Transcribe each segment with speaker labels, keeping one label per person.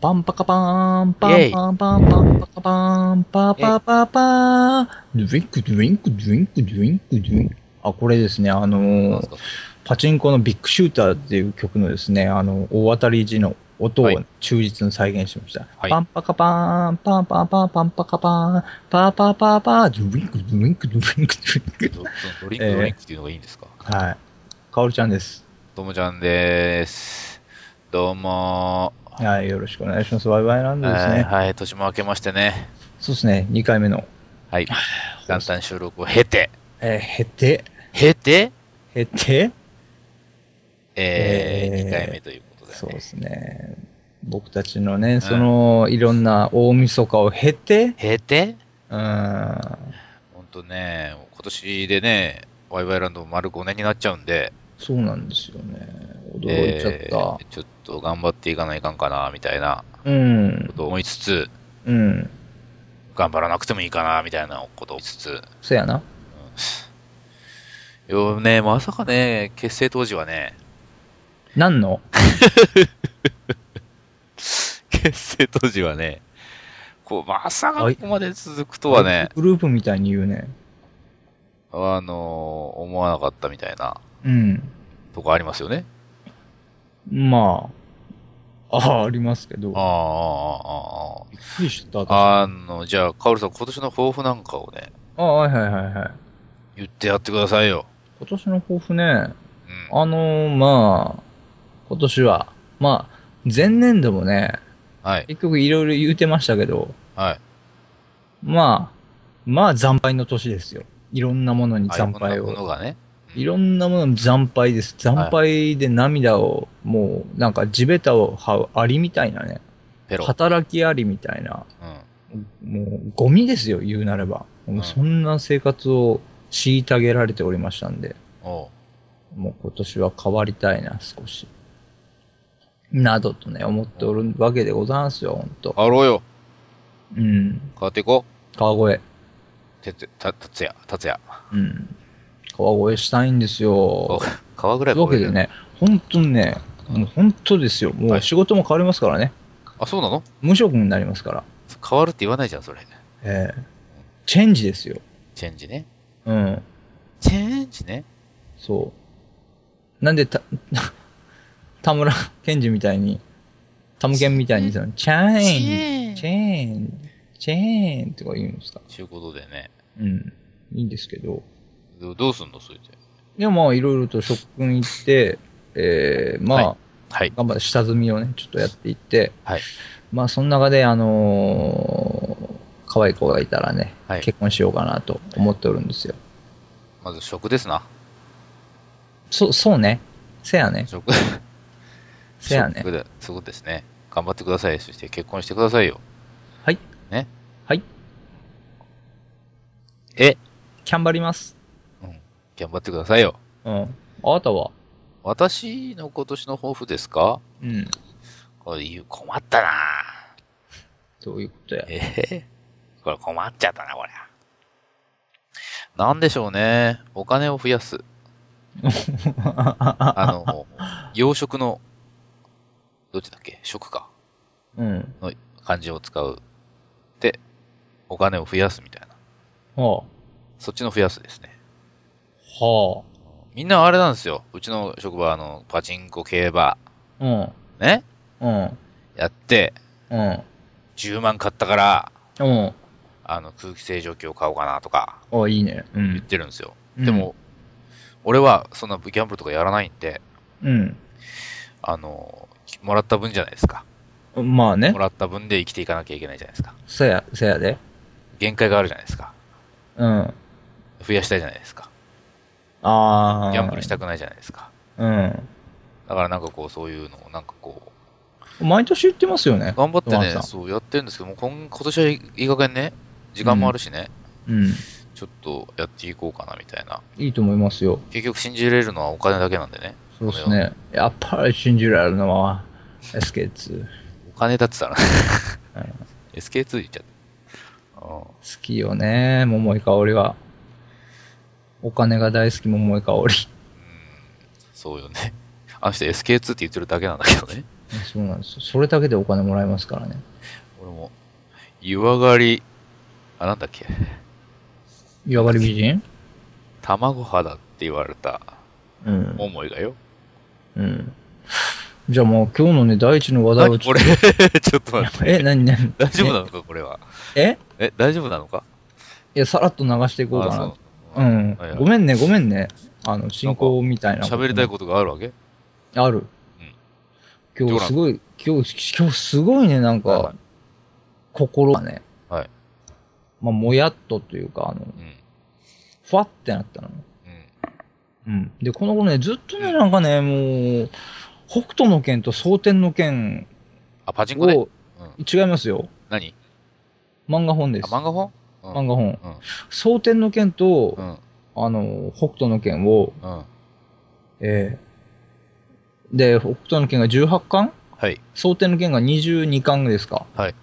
Speaker 1: パンパカパーン、パンパンパンパンパカパーン、パーパーパーパーン、ドゥインクドゥインクドゥインクドゥインクドゥインク。あ、これですね、あのー、パチンコのビッグシューターっていう曲のですね、あの、大当たり時の音
Speaker 2: は
Speaker 1: を
Speaker 2: い
Speaker 1: 忠実に再現しました。
Speaker 2: はい
Speaker 1: パンパカパーン、パンパンパンパンパカパーン、パーパーパーパー、ドゥインクドゥインクドゥインクドゥインク。
Speaker 2: ドドリンクドリンクっていうのがいいんですか
Speaker 1: はい。かおるちゃんです。
Speaker 2: ともちゃんです。どうも
Speaker 1: はい、よろしくお願いします。ワイワイラン
Speaker 2: ー。
Speaker 1: ドです
Speaker 2: はい
Speaker 1: ね。
Speaker 2: はい、年も明けましてね。
Speaker 1: そうですね、2回目の。
Speaker 2: はい。元旦収録を経て、
Speaker 1: えー、減って、
Speaker 2: 経て、
Speaker 1: 減って、
Speaker 2: えー、
Speaker 1: えー
Speaker 2: 2回目ということで、ね。
Speaker 1: そうですね。僕たちのね、その、いろんな大晦日を経て、
Speaker 2: 経て、
Speaker 1: うーん、
Speaker 2: ほんとね、今年でね、ワイワイランドも丸5年になっちゃうんで、
Speaker 1: そうなんですよね。驚いちゃっ
Speaker 2: えーちょっと頑張っていかないかんかな、みたいな
Speaker 1: た。
Speaker 2: ことを思いつつ、
Speaker 1: うん、うん。
Speaker 2: 頑張らなくてもいいかな、みたいなことを思いつつ、
Speaker 1: そやな。
Speaker 2: よね、まさかね、結成当時はね、
Speaker 1: なんの
Speaker 2: 結成当時はね、こう、まさかここまで続くとはね、
Speaker 1: グループみたいに言うね。
Speaker 2: あのー思わなかったみたいな
Speaker 1: うん。
Speaker 2: とこありますよね。
Speaker 1: まあ、ああ、ありますけど。
Speaker 2: あ
Speaker 1: びっ
Speaker 2: ああ
Speaker 1: くりした。私
Speaker 2: あ、ああ、あの、じゃあ、カオルさん、今年の抱負なんかをね、
Speaker 1: ああ、はいはいはいはい。
Speaker 2: 言ってやってくださいよ。
Speaker 1: 今年の抱負ね、
Speaker 2: うん。
Speaker 1: あのーまあ、今年は、まあ、前年度もね、
Speaker 2: はい、
Speaker 1: 結局いろいろ言うてましたけど、
Speaker 2: はい。
Speaker 1: まあ、まあ惨敗の年ですよ。いろんなものに惨敗
Speaker 2: あいろんなも
Speaker 1: を。
Speaker 2: のがね。
Speaker 1: いろんなものに惨敗です。惨敗で涙を、もうなんか地べたを這うアリみたいなね。
Speaker 2: ペロ。
Speaker 1: 働きアリみたいな。
Speaker 2: うん。
Speaker 1: もうゴミですよ、言うなれば。もうそんな生活を虐げられておりましたんで、
Speaker 2: おう
Speaker 1: もう今年は変わりたいな、少し。などとね、思っておるわけでございますよ、ほんと。
Speaker 2: 変わろうよ。
Speaker 1: うん。
Speaker 2: 変わっていこ
Speaker 1: 川越。
Speaker 2: う。てつ、た、たつや、たつや。
Speaker 1: うん。川越したいんですよ。
Speaker 2: 川ぐ
Speaker 1: と
Speaker 2: ら
Speaker 1: い
Speaker 2: いう
Speaker 1: わけで。ね、本当にね、もう本当ですよ。も
Speaker 2: は
Speaker 1: う
Speaker 2: い
Speaker 1: 仕事も変わりますからね。
Speaker 2: あ、そうなの
Speaker 1: 無職になりますから。
Speaker 2: 変わるって言わないじゃん、それ。
Speaker 1: ええチェンジですよ。
Speaker 2: チェンジね。
Speaker 1: うん。
Speaker 2: チェンジね。
Speaker 1: そう。なんでた、 田村健二みたいに、タムケンみたいにその、チェーン、
Speaker 2: ェ
Speaker 1: チェーン、チェーンとか言うんですか。
Speaker 2: ちゅうことでね。
Speaker 1: うん。いいんですけど。
Speaker 2: どどうすんのそれで。
Speaker 1: でもまあ、いろいろと職訓行って、ええまあ、
Speaker 2: ははい。
Speaker 1: 頑張って下積みをね、ちょっとやっていって、
Speaker 2: はい
Speaker 1: まあ、その中で、あのー可愛い子がいたらね、
Speaker 2: はい
Speaker 1: 結婚しようかなと思っておるんですよ。
Speaker 2: まず食ですな。
Speaker 1: そ、そうね。せやね。
Speaker 2: 食。
Speaker 1: せやね
Speaker 2: 食。で。そうですね。頑張ってください。そして結婚してくださいよ。
Speaker 1: はい。
Speaker 2: ね。
Speaker 1: はい。
Speaker 2: え、
Speaker 1: キャンバります。
Speaker 2: 頑張ってくださいよ。
Speaker 1: うん。あなたは
Speaker 2: 私の今年の抱負ですか
Speaker 1: うん。
Speaker 2: これ言う、困ったな
Speaker 1: どういうことや。
Speaker 2: えへこれ困っちゃったな、これ。なんでしょうね。お金を増やす。あ の、養殖の、どっちだっけ食か。
Speaker 1: うん。
Speaker 2: の漢字を使う。で、お金を増やすみたいな。
Speaker 1: は
Speaker 2: そっちの増やすですね。
Speaker 1: あ。は
Speaker 2: みんなあれなんですよ。うちの職場、あの、パチンコ、競馬、
Speaker 1: あ。うん。
Speaker 2: ね
Speaker 1: うん。
Speaker 2: やって、
Speaker 1: うん。
Speaker 2: 10万買ったから、
Speaker 1: うん。
Speaker 2: あの、空気清浄機を買おうかなとか、
Speaker 1: あいいね。う
Speaker 2: 言っ
Speaker 1: ん。
Speaker 2: てるんですよ。でも、俺は、そんなギャンブルとかやらないんで、
Speaker 1: うん、
Speaker 2: あの、もらった分じゃないですか。
Speaker 1: うん。まあね
Speaker 2: も。らった分で生きていかなきゃいけないじゃないですか。
Speaker 1: せや、せやで。
Speaker 2: 限界があるじゃないですか。
Speaker 1: うん。
Speaker 2: 増やしたいじゃないですか。
Speaker 1: ああ。
Speaker 2: ギャンブルしたくないじゃないですか。
Speaker 1: うん。
Speaker 2: だからなんかこう、そういうのを、なんかこう、
Speaker 1: 毎年言ってますよね。
Speaker 2: 頑張って
Speaker 1: ご飯
Speaker 2: ね
Speaker 1: さん、
Speaker 2: そうやってるんですけども、今今年はいい加減ね、時間もあるしね、
Speaker 1: うん。
Speaker 2: ちょっとやっていこうかなみたいな。
Speaker 1: いいと思いますよ。
Speaker 2: 結局信じれるのはお金だけなんでね。
Speaker 1: そうですね。やっぱり信じられるのは SK2。
Speaker 2: お金だって言ったら
Speaker 1: う
Speaker 2: ね。SK2 言っちゃった。うん
Speaker 1: 好きよね、桃井かおりは。お金が大好き 桃井かおり。
Speaker 2: そうよね。あの人 SK2 って言ってるだけなんだけどね。
Speaker 1: そうなんですよ。それだけでお金もらえますからね。
Speaker 2: 俺も、湯上がり、あ、なんだっけ、
Speaker 1: 湯上がり美人
Speaker 2: 卵肌って言われた
Speaker 1: うん。
Speaker 2: 思いがよ。
Speaker 1: うん。じゃあもう今日のね、第一の話題を
Speaker 2: 何
Speaker 1: ちょ
Speaker 2: こ
Speaker 1: っと
Speaker 2: れ ちょっと待っ て。
Speaker 1: え、なになに
Speaker 2: 大丈夫なのか、これは。
Speaker 1: え
Speaker 2: え、大丈夫なのか
Speaker 1: いや、さらっと流していこうか
Speaker 2: あ
Speaker 1: な。
Speaker 2: そう
Speaker 1: う。ん
Speaker 2: はいはい。
Speaker 1: ごめんね、ごめんね。あの、進行みたいな。
Speaker 2: 喋りたいことがあるわけ
Speaker 1: と。ある。今日すごい、今日、今日すごいね、なん
Speaker 2: はいは
Speaker 1: か、心がね。
Speaker 2: はい。
Speaker 1: まあ、もやっとというか、あの、
Speaker 2: うん。うん。
Speaker 1: ふわってなったの。うん。で、この頃ね、ずっとね、なんかね、もう、北斗の剣と蒼天の剣
Speaker 2: あ、パチンコね。
Speaker 1: を、
Speaker 2: うん。
Speaker 1: 違いますよ。
Speaker 2: 何
Speaker 1: 漫画本で
Speaker 2: あ、
Speaker 1: す。
Speaker 2: 漫画本うん
Speaker 1: 漫画本
Speaker 2: うん。
Speaker 1: 蒼天の剣と、
Speaker 2: うん。
Speaker 1: あの、北斗の剣を、
Speaker 2: うん。
Speaker 1: ええで、北斗の剣が18巻
Speaker 2: はい。
Speaker 1: 蒼天の剣が22巻ですか。
Speaker 2: はい。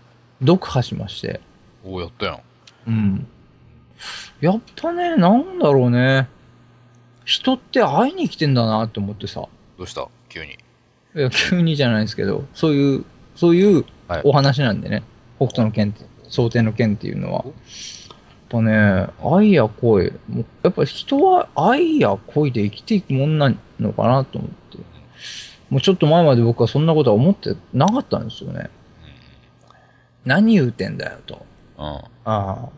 Speaker 1: 読破しまして。
Speaker 2: おおやったやん。
Speaker 1: うん。やっぱね、なんだろうね。人って会いに来てんだなって思ってさ。
Speaker 2: どうした急に。
Speaker 1: いや、急にじゃないですけど、そういう、そういう
Speaker 2: はい
Speaker 1: お話なんでね。北斗の剣って、蒼天の剣っていうのは。やっぱね、愛や恋。もうやっぱ人は愛や恋で生きていくもんなのかなと思って。もうちょっと前まで僕はそんなことは思ってなかったんですよね。何言うてんだよと。
Speaker 2: うん。うん。
Speaker 1: ああ。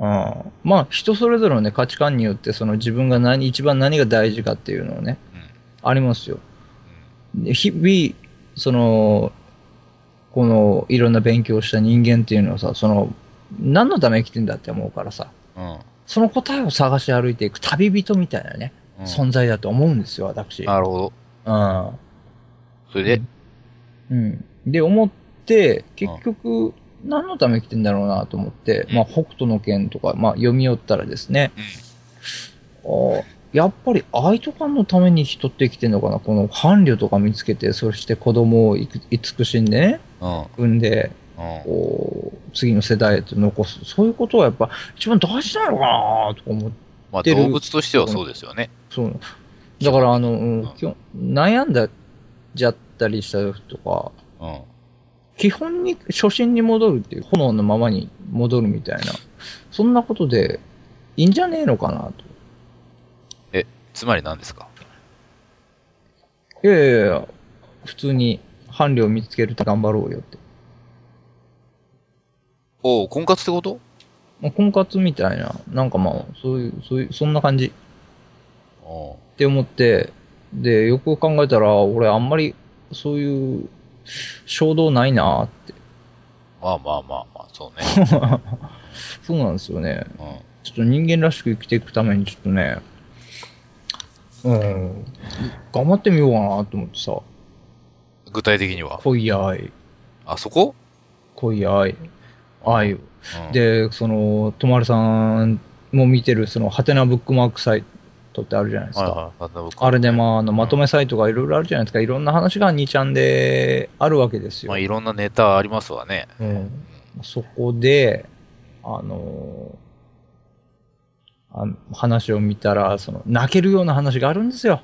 Speaker 1: ああ。まあ、人それぞれのね、価値観によって、その自分が何、一番何が大事かっていうのをね、ありますよ。で日々、その、この、いろんな勉強をした人間っていうのはさ、その、何のために生きてんだって思うからさ、
Speaker 2: うん。
Speaker 1: その答えを探し歩いていく旅人みたいなね、
Speaker 2: うん。
Speaker 1: 存在だと思うんですよ、私。
Speaker 2: なるほど。
Speaker 1: うん。
Speaker 2: それで、
Speaker 1: うん。で、思って、結局、何のために生きてんだろうなと思って、
Speaker 2: うん
Speaker 1: まあ、北斗の拳とか、まあ、読み寄ったらですね、ああやっぱり愛とかのために人って生きてんのかなこの伴侶とか見つけて、そして子供をいく慈しんでね、
Speaker 2: うん。うん。
Speaker 1: 産んで、
Speaker 2: うん。
Speaker 1: こう、次の世代へと残す。そういうことはやっぱ一番大事なのかなとか思って。
Speaker 2: まあ
Speaker 1: 出る
Speaker 2: 動物としてはそうですよね。
Speaker 1: そう。だから、あの、うん
Speaker 2: うん
Speaker 1: きょ悩んだじゃったりした時とか、
Speaker 2: うん。
Speaker 1: 基本に、初心に戻るっていう、炎のままに戻るみたいな、そんなことでいいんじゃねえのかな
Speaker 2: つまり何ですか
Speaker 1: と。いやいやいや、普通に伴侶を見つけるって頑張ろうよって。
Speaker 2: おお、婚活ってこと
Speaker 1: まあ、婚活みたいな、なんかまあ、そういう、そういう、そんな感じっ
Speaker 2: お
Speaker 1: て思って、で、よく考えたら、俺あんまりそういう衝動ないなって。
Speaker 2: まあまあまあまあ、そうね。
Speaker 1: そうなんですよね。
Speaker 2: うん。
Speaker 1: ちょっと人間らしく生きていくためにちょっとね、うん、頑張ってみようかなと思ってさ、
Speaker 2: 具体的には。
Speaker 1: 恋愛、
Speaker 2: あそこ
Speaker 1: 恋愛、愛を。
Speaker 2: うん、
Speaker 1: で、その、とまるさんも見てる、その、ハテナブックマークサイトってあるじゃないです
Speaker 2: はい
Speaker 1: か。
Speaker 2: はいなんだ僕
Speaker 1: あれでまあ、あのまとめサイトがいろいろあるじゃないですか。いろんな話が2ちゃんであるわけですよ
Speaker 2: まあ、。いろんなネタありますわね。
Speaker 1: うん、そこで、あのーあの話を見たら、その、泣けるような話があるんですよ。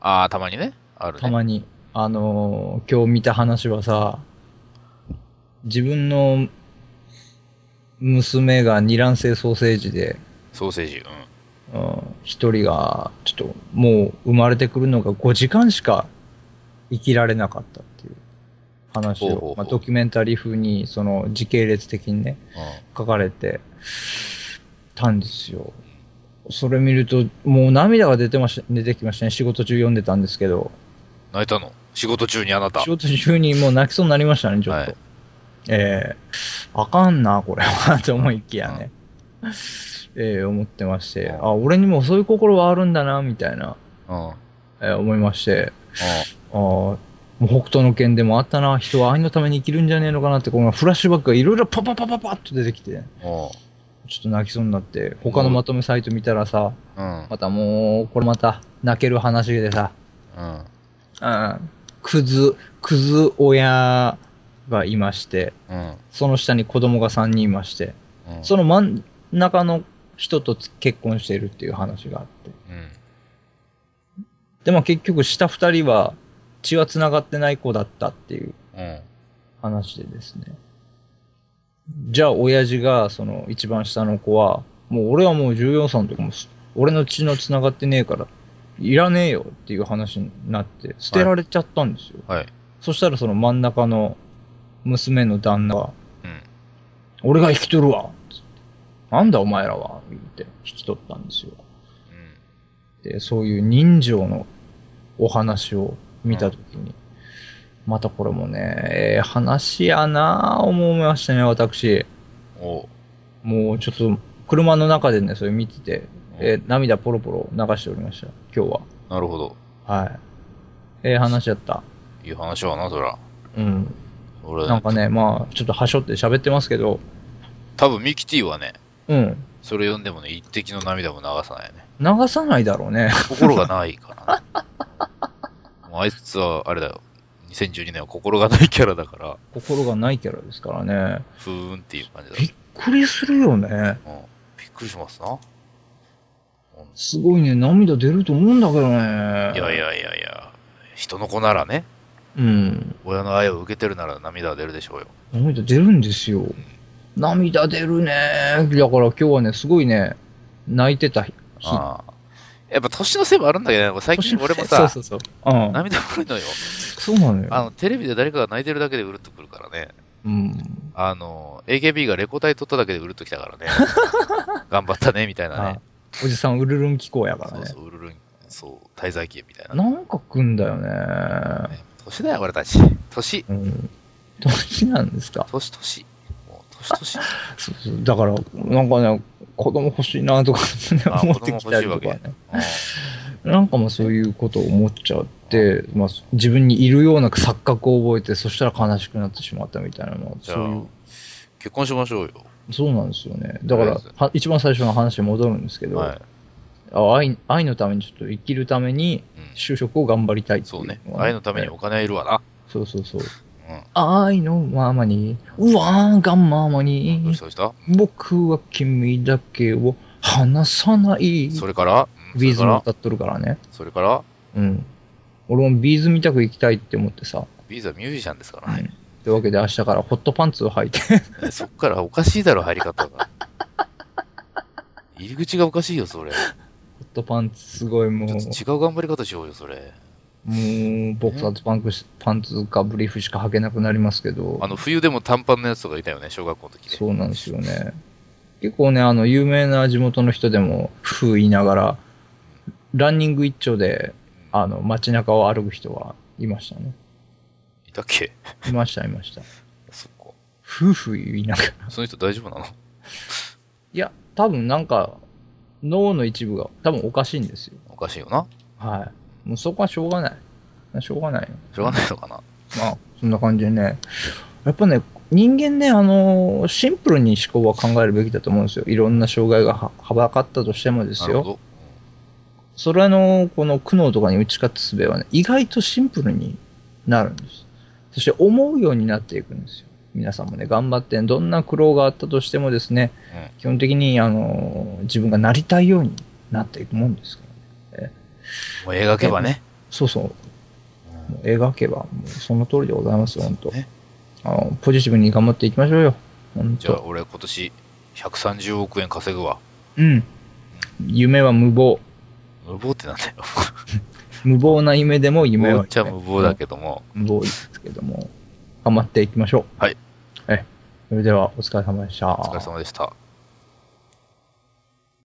Speaker 2: ああ、たまにね。あるね。
Speaker 1: たまに。あのー今日見た話はさ、自分の娘が二卵性ソーセージで、
Speaker 2: ソーセージ。うん。
Speaker 1: うん一人が、ちょっともう生まれてくるのが5時間しか生きられなかったっていう話
Speaker 2: ほうほうほ
Speaker 1: を
Speaker 2: う、
Speaker 1: まあ、ドキュメンタリー風に、その時系列的にね、書かれてたんですよ。それ見ると、もう涙が出てました、出てきましたね。仕事中読んでたんですけど、
Speaker 2: 泣いたの仕事中にあなた。
Speaker 1: 仕事中にもう泣きそうになりましたね、ちょっと。
Speaker 2: はい
Speaker 1: ええあかんな、これは、と思いきやね。ええ思ってまして、あ、俺にもそういう心はあるんだな、みたいな。
Speaker 2: うん。うん。
Speaker 1: えー思いまして、あーもう北斗の拳でもあったな、人は愛のために生きるんじゃねえのかなって、このフラッシュバックがいろいろパパパパパッと出てきて、
Speaker 2: うん。
Speaker 1: ちょっと泣きそうになって、他のまとめサイト見たらさ、
Speaker 2: うん。
Speaker 1: またもう、これまた泣ける話でさ、
Speaker 2: うん。
Speaker 1: うん、クズ、クズ親がいまして、
Speaker 2: うん。
Speaker 1: その下に子供が3人いまして、
Speaker 2: うん。
Speaker 1: その真ん中の人とつ結婚しているっていう話があって。
Speaker 2: うん。
Speaker 1: で、まあ結局下2人は血は繋がってない子だったっていう
Speaker 2: うん。
Speaker 1: 話でですね。じゃあ、親父が、その、一番下の子は、もう俺はもう14歳の時も、俺の血の繋がってねえから、いらねえよっていう話になって、捨てられちゃったんですよ。
Speaker 2: はい。
Speaker 1: そしたらその真ん中の娘の旦那が、
Speaker 2: うん
Speaker 1: 俺が引き取るわつってなんだお前らは言って引き取ったんですよ。
Speaker 2: うん。
Speaker 1: で、そういう人情のお話を見たときに、またこれもね、ええ話やなぁ思いましたね、私。
Speaker 2: おう。
Speaker 1: もうちょっと、車の中でね、それ見てて、え
Speaker 2: う
Speaker 1: ー涙ポロポロ流しておりました、今日
Speaker 2: んなるほど。
Speaker 1: は。はい。ええ話やった。
Speaker 2: いい話はな、そら。
Speaker 1: うん。
Speaker 2: 俺、
Speaker 1: なんかね、まあ、ちょっとはしょって喋ってますけど、
Speaker 2: 多分ミキティはね、
Speaker 1: うん。
Speaker 2: それ読んでもね、一滴の涙も流さないね。
Speaker 1: 流さないだろうね。
Speaker 2: 心がないからね。もうあいつは、あれだよ。2012年は心がないキャラだから、
Speaker 1: 心がないキャラですからね。
Speaker 2: ふーんっていう感じだ。
Speaker 1: びっくりするよね。
Speaker 2: うん。びっくりしますな。うん
Speaker 1: すごいね、涙出ると思うんだけどね。
Speaker 2: いやい。やいやいや、人の子ならね、
Speaker 1: うん。
Speaker 2: 親の愛を受けてるなら涙は出るでしょうよ。
Speaker 1: 涙出るんですよ。涙出るね。だから今日はね、すごいね、泣いてた日。
Speaker 2: ああ。やっぱ年のせいもあるんだけどね、最近俺も
Speaker 1: そ
Speaker 2: さ
Speaker 1: う、そうそう。うん。
Speaker 2: 涙もろいのよ。
Speaker 1: そうなの
Speaker 2: あ
Speaker 1: よ。
Speaker 2: の、テレビで誰かが泣いてるだけでうるっとくるからね。
Speaker 1: うん。
Speaker 2: あの、AKB がレコ大取っただけでうるっときた からね。頑張ったね、みたいな
Speaker 1: あ
Speaker 2: ね。
Speaker 1: おじさん、ウルルン機構やから
Speaker 2: そう
Speaker 1: ね
Speaker 2: そ。う、うるるん、そう、滞在期みたいなね。
Speaker 1: なんか来んだよね。
Speaker 2: 年だよ、俺たち。年、
Speaker 1: うん。年なんですか。
Speaker 2: 年、年。もう、年、 年。
Speaker 1: そうそう。だから、なんかね、子供欲しいなとか、ね、
Speaker 2: あ
Speaker 1: 思ってきたりと
Speaker 2: 子供欲しい
Speaker 1: か
Speaker 2: わ
Speaker 1: ね。
Speaker 2: うん
Speaker 1: なんかもうそういうことを思っちゃって、まあ、自分にいるような錯覚を覚えて、そしたら悲しくなってしまったみたいなのは、
Speaker 2: じ
Speaker 1: そ
Speaker 2: ゃ
Speaker 1: うい
Speaker 2: あ
Speaker 1: う、、
Speaker 2: 結婚しましょうよ。
Speaker 1: そうなんですよね。だから
Speaker 2: とりあえ、
Speaker 1: は一番最初の話に戻るんですけど、
Speaker 2: はい。
Speaker 1: あ愛愛のためにちょっと生きるために、
Speaker 2: うん
Speaker 1: 就職を頑張りたいってい
Speaker 2: そうね。
Speaker 1: のが
Speaker 2: 愛のためにお金はいるわな。
Speaker 1: そうそうそう。
Speaker 2: うん。
Speaker 1: 愛のままに、うわーがまま
Speaker 2: どう
Speaker 1: に
Speaker 2: し、たどうした
Speaker 1: 僕は君だけを離さない。
Speaker 2: それから、うん
Speaker 1: ウィズ
Speaker 2: それか
Speaker 1: も
Speaker 2: ら、
Speaker 1: 歌っとるからね。
Speaker 2: それから、
Speaker 1: うん。俺もビーズ見たく行きたいって思ってさ。
Speaker 2: ビーズはミュージシャンですからね。
Speaker 1: というわけで明日からホットパンツを履いて
Speaker 2: そっからおかしいだろ、入り方が。入り口がおかしいよ、それ。ち
Speaker 1: ホットパンツすごいもう
Speaker 2: ょっと違う頑張り方しようよ、それ。
Speaker 1: もうボクサーズパンクしパンツかブリーフしか履けなくなりますけど
Speaker 2: あの、冬でも短パンのやつとかいたよね、小学校の時ね。
Speaker 1: そうなんですよね結構ねあの有名な地元の人でも夫婦言いながらランニング一丁であの街中を歩く人はいましたね
Speaker 2: いたっけ
Speaker 1: いましたいました
Speaker 2: そっ
Speaker 1: 夫婦言いながら
Speaker 2: か。その人大丈夫なの
Speaker 1: いや多分なんか脳の一部が多分おかしいんですよ
Speaker 2: おかしいよな。
Speaker 1: はいもうそこはしょうがないしょうがないよ
Speaker 2: しょうがないのかな。
Speaker 1: まあ、そんな感じでね。やっぱね、人間ね、あのーシンプルに思考は考えるべきだと思うんですよ。いろんな障害がははばかったとしてもです
Speaker 2: なるほ
Speaker 1: よ。
Speaker 2: ど。
Speaker 1: それの、この苦悩とかに打ち勝つ術はね、意外とシンプルになるんです。そして思うようになっていくんですよ。皆さんもね、頑張って、どんな苦労があったとしてもですね、基本的に、あのー自分がなりたいようになっていくもんですから。
Speaker 2: うんもう描けばね。
Speaker 1: そうそう。
Speaker 2: うん
Speaker 1: もう描けば、もうその通りでございますよ、本当、
Speaker 2: ね
Speaker 1: あのポジティブに頑張っていきましょうよ。本
Speaker 2: じゃあ、
Speaker 1: 当。
Speaker 2: 俺今年130億円稼ぐわ。
Speaker 1: うん。夢は無謀。
Speaker 2: 無謀ってなんだよ。
Speaker 1: 無謀な夢でも夢
Speaker 2: 無
Speaker 1: は
Speaker 2: 謀っちゃ無謀だけども。
Speaker 1: 無謀ですけども、頑張っていきましょう。
Speaker 2: はい。
Speaker 1: え、それではお疲れ様でした。お
Speaker 2: お疲れ様でした。